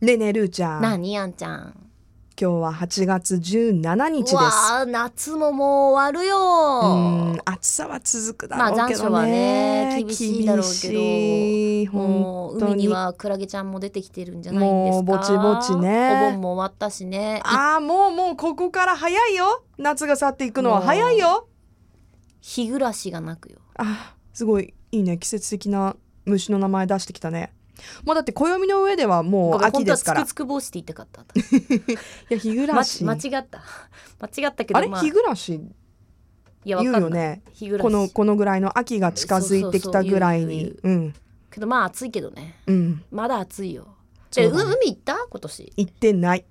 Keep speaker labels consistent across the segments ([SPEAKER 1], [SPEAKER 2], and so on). [SPEAKER 1] ねえねえルーちゃん
[SPEAKER 2] な
[SPEAKER 1] 今
[SPEAKER 2] にあんちゃん
[SPEAKER 1] 日は8月17日です
[SPEAKER 2] うわあ夏ももう終わる
[SPEAKER 1] う
[SPEAKER 2] よ
[SPEAKER 1] ん暑さは続くだ
[SPEAKER 2] まあ
[SPEAKER 1] ろうけ
[SPEAKER 2] 残暑
[SPEAKER 1] ど
[SPEAKER 2] は
[SPEAKER 1] ね,、
[SPEAKER 2] ね厳しいだろうけ
[SPEAKER 1] 厳
[SPEAKER 2] ど
[SPEAKER 1] しい
[SPEAKER 2] も
[SPEAKER 1] 本
[SPEAKER 2] う
[SPEAKER 1] 当
[SPEAKER 2] 海
[SPEAKER 1] に
[SPEAKER 2] にはクラゲちゃんも出てきてるんじゃないんですか
[SPEAKER 1] もうぼちぼちね
[SPEAKER 2] お盆も終わったしね
[SPEAKER 1] ああもうもうここから早いよ夏が去っていくのは早いよ
[SPEAKER 2] 日暮らしがなくよ
[SPEAKER 1] あーすごいいいね季節的な虫の名前出してきたねもうだって暦の上ではも
[SPEAKER 2] ご
[SPEAKER 1] う
[SPEAKER 2] めん
[SPEAKER 1] 秋ですから
[SPEAKER 2] 本当は
[SPEAKER 1] い
[SPEAKER 2] つくつく帽子って言いたかった
[SPEAKER 1] や日暮らし、
[SPEAKER 2] ま間違った 間違ったけ
[SPEAKER 1] あ
[SPEAKER 2] ど
[SPEAKER 1] れ、
[SPEAKER 2] まあ
[SPEAKER 1] 日暮らし
[SPEAKER 2] いやわ
[SPEAKER 1] 言う
[SPEAKER 2] か
[SPEAKER 1] よ
[SPEAKER 2] んない
[SPEAKER 1] ね
[SPEAKER 2] 日暮らし
[SPEAKER 1] このこのぐらいの秋が近づいてきたぐらいに
[SPEAKER 2] そうそ
[SPEAKER 1] う
[SPEAKER 2] う
[SPEAKER 1] ん
[SPEAKER 2] けどまあ暑いけどね
[SPEAKER 1] うん
[SPEAKER 2] まだ暑いよ
[SPEAKER 1] そう
[SPEAKER 2] で、
[SPEAKER 1] だね
[SPEAKER 2] う海行った今年
[SPEAKER 1] 行ってない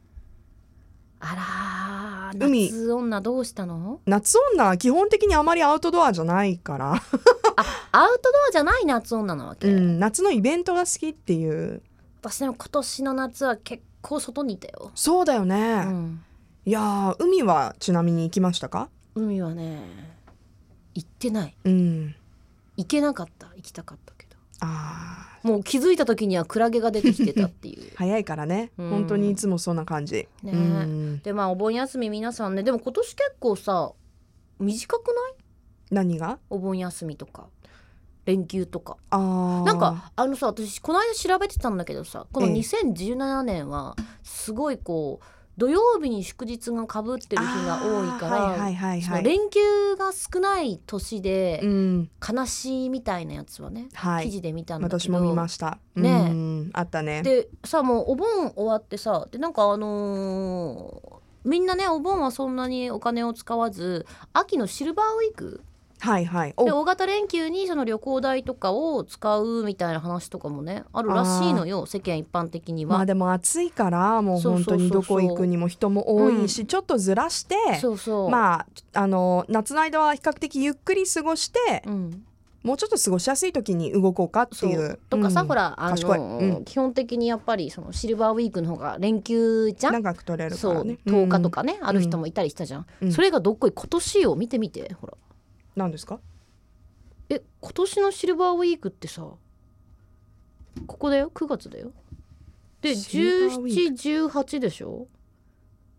[SPEAKER 2] あらー
[SPEAKER 1] 海
[SPEAKER 2] 夏女どうしたの
[SPEAKER 1] 夏女は基本的にあまりアウトドアじゃないから、
[SPEAKER 2] アウトドアじゃない夏女なわけ、
[SPEAKER 1] うん、夏のイベントが好きっていう
[SPEAKER 2] 私でも今年の夏は結構外にいたよ、
[SPEAKER 1] そうだよね、
[SPEAKER 2] うん、
[SPEAKER 1] いやー海はちなみに行きましたか
[SPEAKER 2] 海はね行ってない
[SPEAKER 1] うん
[SPEAKER 2] 行けなかった行きたかったけど
[SPEAKER 1] あ
[SPEAKER 2] もう気づいた時にはクラゲが出てきてたって いう
[SPEAKER 1] ー早いからね、
[SPEAKER 2] うん
[SPEAKER 1] 本当にいつもそんな感じ、
[SPEAKER 2] ね
[SPEAKER 1] うん
[SPEAKER 2] でまあお盆休み皆さんねでも今年結構さ短くない
[SPEAKER 1] 何が
[SPEAKER 2] お盆休みとか連休とか
[SPEAKER 1] あー
[SPEAKER 2] なんかあのさ私この間調べてたんだけどさこの
[SPEAKER 1] ええ
[SPEAKER 2] 2017年はすごいこう土曜日に祝日がかぶってる日が多いか
[SPEAKER 1] あーはいは
[SPEAKER 2] ら
[SPEAKER 1] いはい
[SPEAKER 2] そ
[SPEAKER 1] は
[SPEAKER 2] の
[SPEAKER 1] い
[SPEAKER 2] 連休が少ない年
[SPEAKER 1] う
[SPEAKER 2] で
[SPEAKER 1] ん
[SPEAKER 2] 悲しいみたいなやつはね
[SPEAKER 1] は
[SPEAKER 2] 記
[SPEAKER 1] い
[SPEAKER 2] 事で見たんだけど
[SPEAKER 1] 私も見ました、
[SPEAKER 2] ねえ
[SPEAKER 1] うんあったね
[SPEAKER 2] でさもうお盆終わってさでなんかあのーみんなねお盆はそんなにお金を使わず秋のシルバーウィーク
[SPEAKER 1] はいはい
[SPEAKER 2] で
[SPEAKER 1] お
[SPEAKER 2] 大型連休にその旅行代とかを使うみたいな話とかもねあるらしいのよ世間一般的に
[SPEAKER 1] ま
[SPEAKER 2] は
[SPEAKER 1] あ。でも暑いからもう本当に
[SPEAKER 2] そ
[SPEAKER 1] ど
[SPEAKER 2] うそうそうそ
[SPEAKER 1] こ行
[SPEAKER 2] う
[SPEAKER 1] くにも人も多いし、ちょっとずらして
[SPEAKER 2] そうそう、
[SPEAKER 1] まあ、あの夏の間は比較的ゆっくり過ごして、
[SPEAKER 2] うん、
[SPEAKER 1] もうちょっと過ごしやすい時に動こうかって
[SPEAKER 2] そ
[SPEAKER 1] いうう
[SPEAKER 2] とか
[SPEAKER 1] う
[SPEAKER 2] さ、
[SPEAKER 1] ん
[SPEAKER 2] ほらあの
[SPEAKER 1] 賢いう
[SPEAKER 2] 基本的にやっぱりそのシルバーウィークの方が連休じゃん、
[SPEAKER 1] 長く取れるか
[SPEAKER 2] そ
[SPEAKER 1] ら
[SPEAKER 2] う
[SPEAKER 1] ね
[SPEAKER 2] 10日と
[SPEAKER 1] か、
[SPEAKER 2] かね、ある人もいたりしたじゃん、
[SPEAKER 1] うん
[SPEAKER 2] それがどっこい今年を見てみてほら
[SPEAKER 1] うんなんですか
[SPEAKER 2] え今年のシルバーウィークってさここだよ9月だよで
[SPEAKER 1] シルバーウィ
[SPEAKER 2] 1718でしょ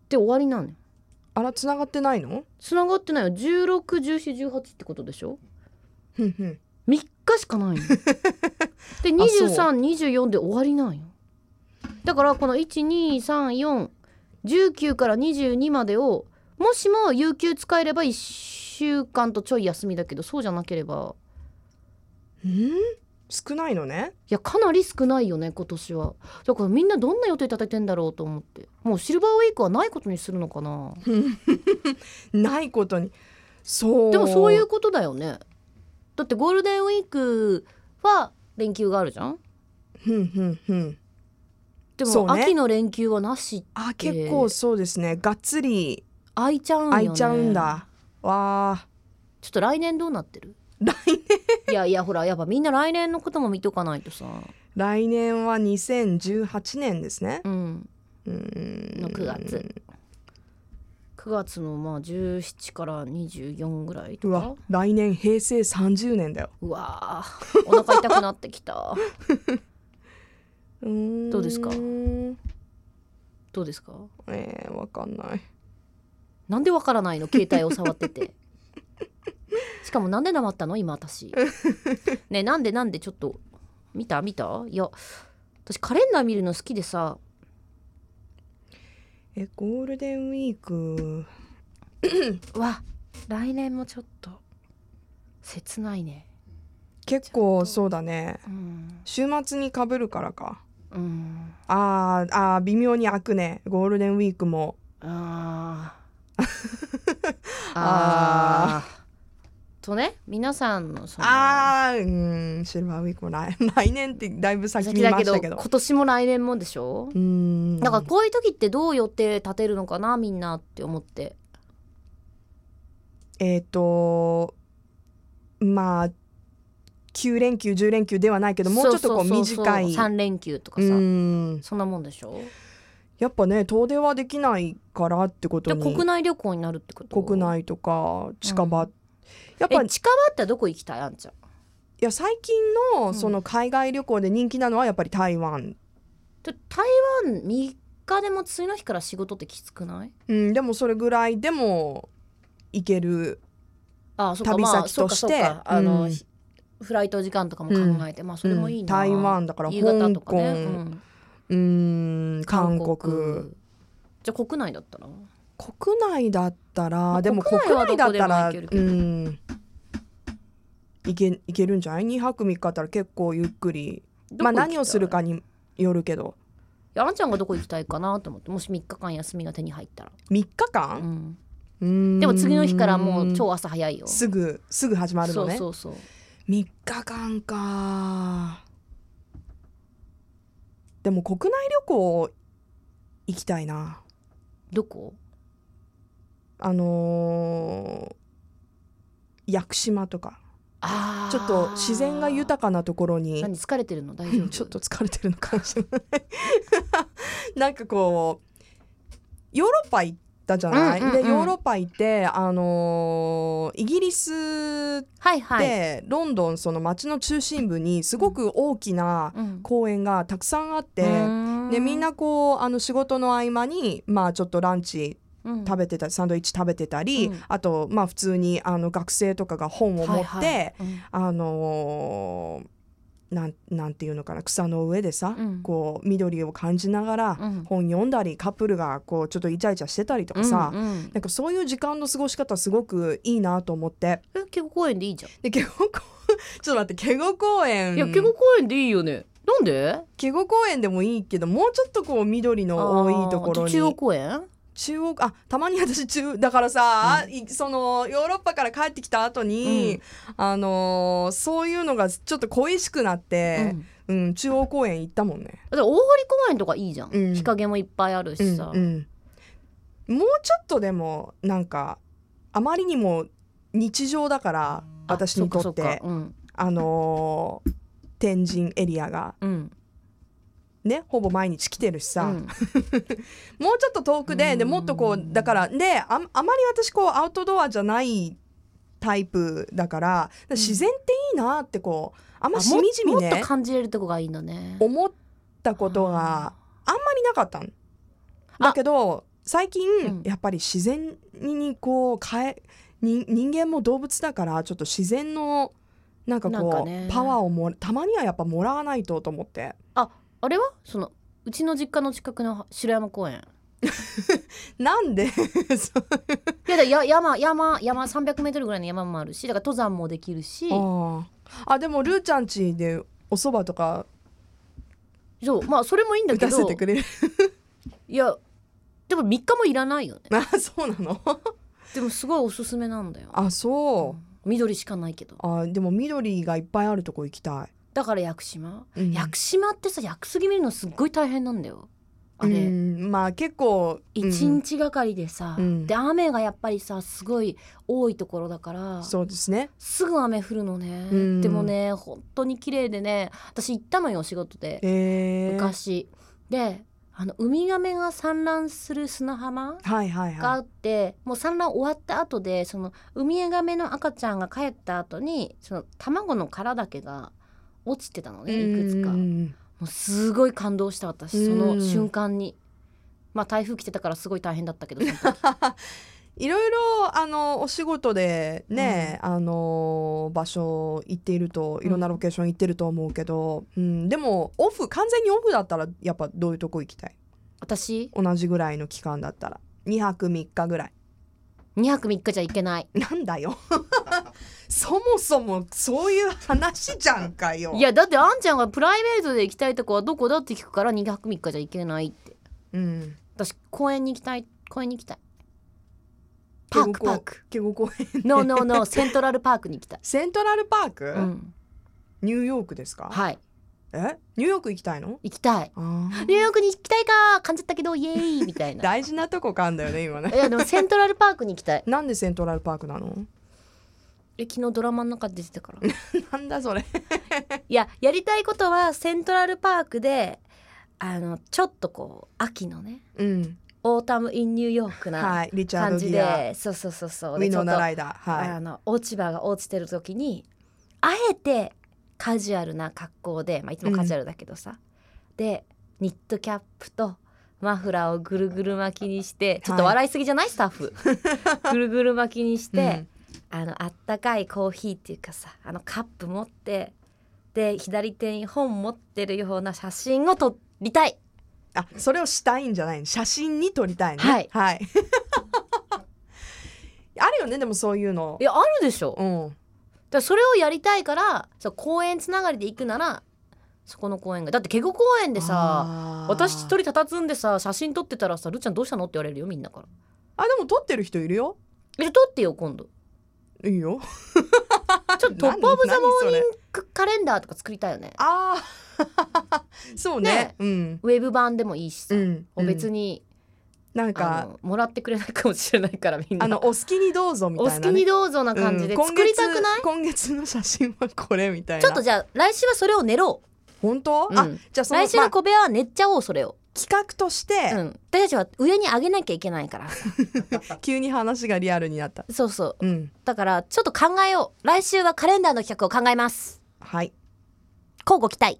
[SPEAKER 2] で終わりなのよ
[SPEAKER 1] あら繋がってないの
[SPEAKER 2] つながってないよ161418ってことでしょ
[SPEAKER 1] ふんふん
[SPEAKER 2] 3日しか ないので
[SPEAKER 1] あそう
[SPEAKER 2] 2324で終わりなんよだからこの123419から22までをもしも有給使えれば1週間とちょい休みだけどそうじゃなければ
[SPEAKER 1] うん少ないのね
[SPEAKER 2] いやかなり少ないよね今年はだからみんなどんな予定立ててんだろうと思ってもうシルバーウィークはないことにするのかな
[SPEAKER 1] ないことにそう
[SPEAKER 2] でもそういうことだよねだってゴールデンウィークは連休があるじゃん
[SPEAKER 1] ふんふんふん
[SPEAKER 2] で
[SPEAKER 1] そ
[SPEAKER 2] も
[SPEAKER 1] うね
[SPEAKER 2] 秋の連休はなし
[SPEAKER 1] あ結構そうですねがっつり
[SPEAKER 2] 空いちゃうんよ、ね、
[SPEAKER 1] 空いちゃうんだ、わあ
[SPEAKER 2] ちょっと来年どうなってる
[SPEAKER 1] 来年
[SPEAKER 2] いやいやほらやっぱみんな来年のことも見とかないとさ
[SPEAKER 1] 来年は2018年ですね
[SPEAKER 2] うん
[SPEAKER 1] うん
[SPEAKER 2] の9月9月のまあ17から24ぐらいと
[SPEAKER 1] う
[SPEAKER 2] か
[SPEAKER 1] わ来年平成30年だよ
[SPEAKER 2] うわーお腹痛くなってきた
[SPEAKER 1] ど
[SPEAKER 2] どうですか
[SPEAKER 1] え
[SPEAKER 2] どうですか
[SPEAKER 1] ー、わかんない
[SPEAKER 2] なんでわからないの携帯を触っててしかもなんで黙ったの今私ねえなんでなんでちょっと見た見たいや私カレンダー見るの好きでさ
[SPEAKER 1] えゴールデンウィーク
[SPEAKER 2] うわ来年もちょっと切ないね
[SPEAKER 1] 結構そうだね
[SPEAKER 2] うん
[SPEAKER 1] 週末にかぶるからか
[SPEAKER 2] うん
[SPEAKER 1] あーあー微妙に開くねゴールデンウィークも
[SPEAKER 2] あー
[SPEAKER 1] あ
[SPEAKER 2] あーとね皆さんのその
[SPEAKER 1] あーうーんシルバーウィークも来 来年ってだいぶ先
[SPEAKER 2] 先
[SPEAKER 1] に言い
[SPEAKER 2] だ
[SPEAKER 1] ま
[SPEAKER 2] け
[SPEAKER 1] し
[SPEAKER 2] ど
[SPEAKER 1] たけど
[SPEAKER 2] 今年も来年もでしょ
[SPEAKER 1] うーん
[SPEAKER 2] なんかこういう時ってどう予定立てるのかなみんなって思って
[SPEAKER 1] えっ、とまあ9連休10連休ではないけどもうちょっとこう短い
[SPEAKER 2] 3連休とか
[SPEAKER 1] う
[SPEAKER 2] さ、
[SPEAKER 1] ーん
[SPEAKER 2] そんなもんでしょ
[SPEAKER 1] やっぱね遠出はできないからってこと
[SPEAKER 2] で
[SPEAKER 1] に
[SPEAKER 2] 国内旅行になるってこと
[SPEAKER 1] 国内とか近場、
[SPEAKER 2] う
[SPEAKER 1] やっぱ
[SPEAKER 2] え
[SPEAKER 1] い
[SPEAKER 2] 近場ってどこ行きたいあんちゃん
[SPEAKER 1] や最近
[SPEAKER 2] う
[SPEAKER 1] の
[SPEAKER 2] ん
[SPEAKER 1] その海外旅行で人気なのはやっぱり台湾
[SPEAKER 2] と台湾3日でも次の日から仕事ってきつくない
[SPEAKER 1] うん、でもそれぐらいでも行ける
[SPEAKER 2] ああそっか
[SPEAKER 1] 旅先
[SPEAKER 2] まあそっか
[SPEAKER 1] とし
[SPEAKER 2] そ
[SPEAKER 1] て
[SPEAKER 2] っかあの、
[SPEAKER 1] うん
[SPEAKER 2] ひフライト時間とかも考えて、まあそれもいいな、
[SPEAKER 1] うん台湾だから
[SPEAKER 2] 夕方
[SPEAKER 1] 香
[SPEAKER 2] とか
[SPEAKER 1] 港、
[SPEAKER 2] ね、うん
[SPEAKER 1] うん韓国
[SPEAKER 2] じゃあ国内だったら
[SPEAKER 1] 国内だった
[SPEAKER 2] ま
[SPEAKER 1] ら
[SPEAKER 2] あ
[SPEAKER 1] でも
[SPEAKER 2] 国
[SPEAKER 1] 国
[SPEAKER 2] 内は
[SPEAKER 1] 内だったら
[SPEAKER 2] どこでも行けるけど
[SPEAKER 1] うんいけいけるんじゃない2泊3日だったら結構ゆっくりまあ
[SPEAKER 2] どこ行きたい
[SPEAKER 1] 何をするかによるけど
[SPEAKER 2] いやあんちゃんがどこ行きたいかなと思ってもし3日間休みが手に入ったら、
[SPEAKER 1] 3日
[SPEAKER 2] う
[SPEAKER 1] 間
[SPEAKER 2] ん、
[SPEAKER 1] うん
[SPEAKER 2] でも次の日からもう超朝早いよ
[SPEAKER 1] すぐすぐ始まるのね
[SPEAKER 2] そうそうそう
[SPEAKER 1] 3日間かでも国内旅行行きたいな
[SPEAKER 2] どこ
[SPEAKER 1] あのー屋久島とか
[SPEAKER 2] あ
[SPEAKER 1] ちょっと自然が豊
[SPEAKER 2] か
[SPEAKER 1] かなところに
[SPEAKER 2] 何疲れてるの大丈 夫
[SPEAKER 1] ちょっと疲れてるのかもしれない なんかこうヨーロッパ行ったじゃない、
[SPEAKER 2] うんうんうん
[SPEAKER 1] でヨーロッパ行ってあのーイギリスで、
[SPEAKER 2] はいはい、
[SPEAKER 1] ロンドンその街の中心部にすごく大きな
[SPEAKER 2] うん、
[SPEAKER 1] 公園がたくさんあって、でみんなこうあの仕事の合間にまあちょっとランチ食
[SPEAKER 2] 食
[SPEAKER 1] べてたりサンドイッチ食べてたり、
[SPEAKER 2] うん
[SPEAKER 1] あとまあ普通にあの学生とかが本を持って、あのーなんなんていうのかな草の上でさ、
[SPEAKER 2] うん
[SPEAKER 1] こう緑を感じながら
[SPEAKER 2] うん
[SPEAKER 1] 本読んだりカップルがこうちょっとイチャイチャしてたりとかさ、
[SPEAKER 2] うんうん
[SPEAKER 1] なんかそういう時間の過ごし方すごくいいなと思って
[SPEAKER 2] えケゴ公園でいいじゃん、
[SPEAKER 1] でケゴ公 ちょっと待ってケゴ公園
[SPEAKER 2] いやケゴ公園でいいよねなんで
[SPEAKER 1] ケゴ公園でもいいけどもうちょっとこう緑の多いところ
[SPEAKER 2] あー
[SPEAKER 1] に
[SPEAKER 2] 中央公園
[SPEAKER 1] 中央あたまに 私中だからさ、いそのヨーロッパから帰ってきた後に、あのーそういうのがちょっと恋しくなって、
[SPEAKER 2] うん
[SPEAKER 1] うん中央公園行ったもんね。
[SPEAKER 2] だって大濠公園とかいいじゃん、
[SPEAKER 1] うん
[SPEAKER 2] 日陰もいっぱいある
[SPEAKER 1] う
[SPEAKER 2] し
[SPEAKER 1] ん
[SPEAKER 2] さ、
[SPEAKER 1] うんもうちょっとでもなんかあまりにも日常だから
[SPEAKER 2] あ
[SPEAKER 1] 私にと
[SPEAKER 2] そ
[SPEAKER 1] っ
[SPEAKER 2] かそ
[SPEAKER 1] て
[SPEAKER 2] かうん
[SPEAKER 1] あのー天神エリアが
[SPEAKER 2] うん
[SPEAKER 1] ねほぼ毎日来てるしさ、
[SPEAKER 2] うん
[SPEAKER 1] もうちょっと遠くで、で
[SPEAKER 2] うん
[SPEAKER 1] もっとこうだからでああまり私こうアウトドアじゃないタイプだからだから自然っていいなってこうあんま
[SPEAKER 2] あ
[SPEAKER 1] しみじみ
[SPEAKER 2] もっと
[SPEAKER 1] ね
[SPEAKER 2] 感じれるとこがいいんだね
[SPEAKER 1] 思ったことがあんまりなかったん
[SPEAKER 2] あ
[SPEAKER 1] だけど最近、
[SPEAKER 2] うん
[SPEAKER 1] やっぱり自然にこう変えに人間も動物だからちょっと自然のなんか
[SPEAKER 2] なん
[SPEAKER 1] こ
[SPEAKER 2] か
[SPEAKER 1] う
[SPEAKER 2] ね
[SPEAKER 1] パワーをもらたまにはやっぱもらわないとと思って
[SPEAKER 2] あれはそのうちの実家の近くの城山公園
[SPEAKER 1] なんでそう
[SPEAKER 2] いやだや山山山300メートルぐらいの山もあるしだから登山もできるし
[SPEAKER 1] あーあでもルーちゃんちでお蕎麦とか
[SPEAKER 2] そうまあそれもいいんだ
[SPEAKER 1] 打
[SPEAKER 2] け
[SPEAKER 1] た
[SPEAKER 2] ど
[SPEAKER 1] せてくれる
[SPEAKER 2] いやでも3日もいらないよね
[SPEAKER 1] あそうなの
[SPEAKER 2] でもすごいおすすめなんだよ
[SPEAKER 1] あそう
[SPEAKER 2] 緑しかないけど
[SPEAKER 1] あでも緑がいっぱいあるとこ行きた
[SPEAKER 2] だから屋久島、
[SPEAKER 1] い、うん、
[SPEAKER 2] 屋久島ってさ屋久杉見るのすっごい大変なんだよあ
[SPEAKER 1] う
[SPEAKER 2] れ、
[SPEAKER 1] んまあ結構
[SPEAKER 2] 一
[SPEAKER 1] うん
[SPEAKER 2] 日がかりでさ、
[SPEAKER 1] うん
[SPEAKER 2] で雨がやっぱりさすごい多いところだから
[SPEAKER 1] そうですね
[SPEAKER 2] すぐ雨降るのね、
[SPEAKER 1] うん
[SPEAKER 2] でもね本当に綺麗でね私行ったのよ仕事で
[SPEAKER 1] えー、
[SPEAKER 2] 昔、であのウミガメが産卵する砂浜
[SPEAKER 1] はいはい
[SPEAKER 2] が
[SPEAKER 1] は
[SPEAKER 2] あってもう産卵終わった後でそのウミガメの赤ちゃんが帰った後にその卵の殻だけが落ちてたの
[SPEAKER 1] い
[SPEAKER 2] ねいくつか
[SPEAKER 1] うんう
[SPEAKER 2] も
[SPEAKER 1] ん
[SPEAKER 2] うすごい感動した私その瞬間にまあ台風来てたからすごい大変だったけどその 時
[SPEAKER 1] いろいろあのお仕事でね、あの場所行っているといろんなロケーション行ってると思うけど、うんでもオフ完全にオフだったらやっぱどういうとこ行きたい
[SPEAKER 2] 私
[SPEAKER 1] 同じぐらいの期間だったら2泊3日ぐらい
[SPEAKER 2] 2泊3日じゃいけない
[SPEAKER 1] なんだよ そもそもそういう話じゃんかよ
[SPEAKER 2] いやだってあんちゃんがプライベートで行きたいとこはどこだって聞くから2泊3日じゃいけないって
[SPEAKER 1] うん
[SPEAKER 2] 私公園に行きたい公園に行きたいパ
[SPEAKER 1] ケゴ
[SPEAKER 2] ーク
[SPEAKER 1] 公
[SPEAKER 2] パー
[SPEAKER 1] 園
[SPEAKER 2] ク
[SPEAKER 1] ケゴ公園
[SPEAKER 2] ノーノーノ ーセントラルパークに行きたい、
[SPEAKER 1] セントラルパーク、
[SPEAKER 2] うん、
[SPEAKER 1] ニューヨークですか、
[SPEAKER 2] はい
[SPEAKER 1] えニューヨーク行きたいの
[SPEAKER 2] 行きたい
[SPEAKER 1] あー
[SPEAKER 2] ニューヨークに行きたいか感じたけどイエーイみたいな。
[SPEAKER 1] 大事なとこかんだよね今ね
[SPEAKER 2] いやでもセントラルパークに行きたい。
[SPEAKER 1] なんでセントラルパークなの
[SPEAKER 2] え昨日ドラマの中で出てたから。 い
[SPEAKER 1] なんだそれ
[SPEAKER 2] ややりたいことはセントラルパークであのちょっとこう秋のね
[SPEAKER 1] うん
[SPEAKER 2] オータム・イン・ニューヨークな
[SPEAKER 1] はいリチャー
[SPEAKER 2] 感
[SPEAKER 1] ド・
[SPEAKER 2] じ
[SPEAKER 1] ギア
[SPEAKER 2] でそうそうそうそう
[SPEAKER 1] ウ
[SPEAKER 2] で
[SPEAKER 1] ィ
[SPEAKER 2] ち
[SPEAKER 1] ノ
[SPEAKER 2] ょっ
[SPEAKER 1] ナ
[SPEAKER 2] と、
[SPEAKER 1] ライダーは
[SPEAKER 2] あの落ち葉が落ちてる時にあえてカジュアルな格好で、まあ、いつもカジュアルだけどさ、でニットキャップとマフラーをぐるぐる巻きにしてちょ
[SPEAKER 1] は
[SPEAKER 2] っと
[SPEAKER 1] い
[SPEAKER 2] 笑いすぎじゃないスタッ フぐるぐる巻きにして、
[SPEAKER 1] うん
[SPEAKER 2] あのあったかいコーヒーっていうかさあのカップ持ってで左手に本持ってるような写真を撮りたい
[SPEAKER 1] あそれをしたいんじゃないの写真に撮りたいね
[SPEAKER 2] はい
[SPEAKER 1] はい、 あるよねでもそういうの
[SPEAKER 2] いやあるでしょ、だ
[SPEAKER 1] う
[SPEAKER 2] か
[SPEAKER 1] ん
[SPEAKER 2] らそれをやりたいからそう公園つながりで行くならそこの公園がだってケゴ公園でさ
[SPEAKER 1] あー
[SPEAKER 2] 私一人たたずんでさ写真撮ってたらさ「るっちゃんどうしたの?」って言われるよみんなから
[SPEAKER 1] あでも撮ってる人いるよ
[SPEAKER 2] 「えじゃあ撮ってよ今度」
[SPEAKER 1] いいよ
[SPEAKER 2] ちょっと「トップ・オブ・ザ・モーニン
[SPEAKER 1] ン
[SPEAKER 2] グ・カレンダー」とか作りたいよね
[SPEAKER 1] ああ そうね
[SPEAKER 2] ね
[SPEAKER 1] うん
[SPEAKER 2] ウェブ版でもいいしさ、
[SPEAKER 1] うん
[SPEAKER 2] 別
[SPEAKER 1] に
[SPEAKER 2] に
[SPEAKER 1] なん
[SPEAKER 2] あ
[SPEAKER 1] か
[SPEAKER 2] のもらってくれないかもしれないからみんな
[SPEAKER 1] あのお好きにどうぞみ
[SPEAKER 2] お
[SPEAKER 1] たい
[SPEAKER 2] 好
[SPEAKER 1] な、
[SPEAKER 2] き
[SPEAKER 1] ね、
[SPEAKER 2] にどうぞな感じで
[SPEAKER 1] うん今
[SPEAKER 2] 作り
[SPEAKER 1] 月
[SPEAKER 2] たくない、
[SPEAKER 1] 今月の写真はこれみたいな
[SPEAKER 2] ちょっとじゃあ来週はそれを練ろ
[SPEAKER 1] 本当、
[SPEAKER 2] う、う
[SPEAKER 1] あ
[SPEAKER 2] ん、
[SPEAKER 1] じゃあその、
[SPEAKER 2] 来週
[SPEAKER 1] ま
[SPEAKER 2] の
[SPEAKER 1] あ
[SPEAKER 2] 小部屋は練っちゃおうそれを、
[SPEAKER 1] 企画として、
[SPEAKER 2] うん、私たちは上に上げなきゃいけないから
[SPEAKER 1] 急に話がリアルになった
[SPEAKER 2] そうそ
[SPEAKER 1] う
[SPEAKER 2] う
[SPEAKER 1] ん
[SPEAKER 2] だからちょっと考えよう来週はカレンダーの企画を考えます
[SPEAKER 1] はい
[SPEAKER 2] 交互期待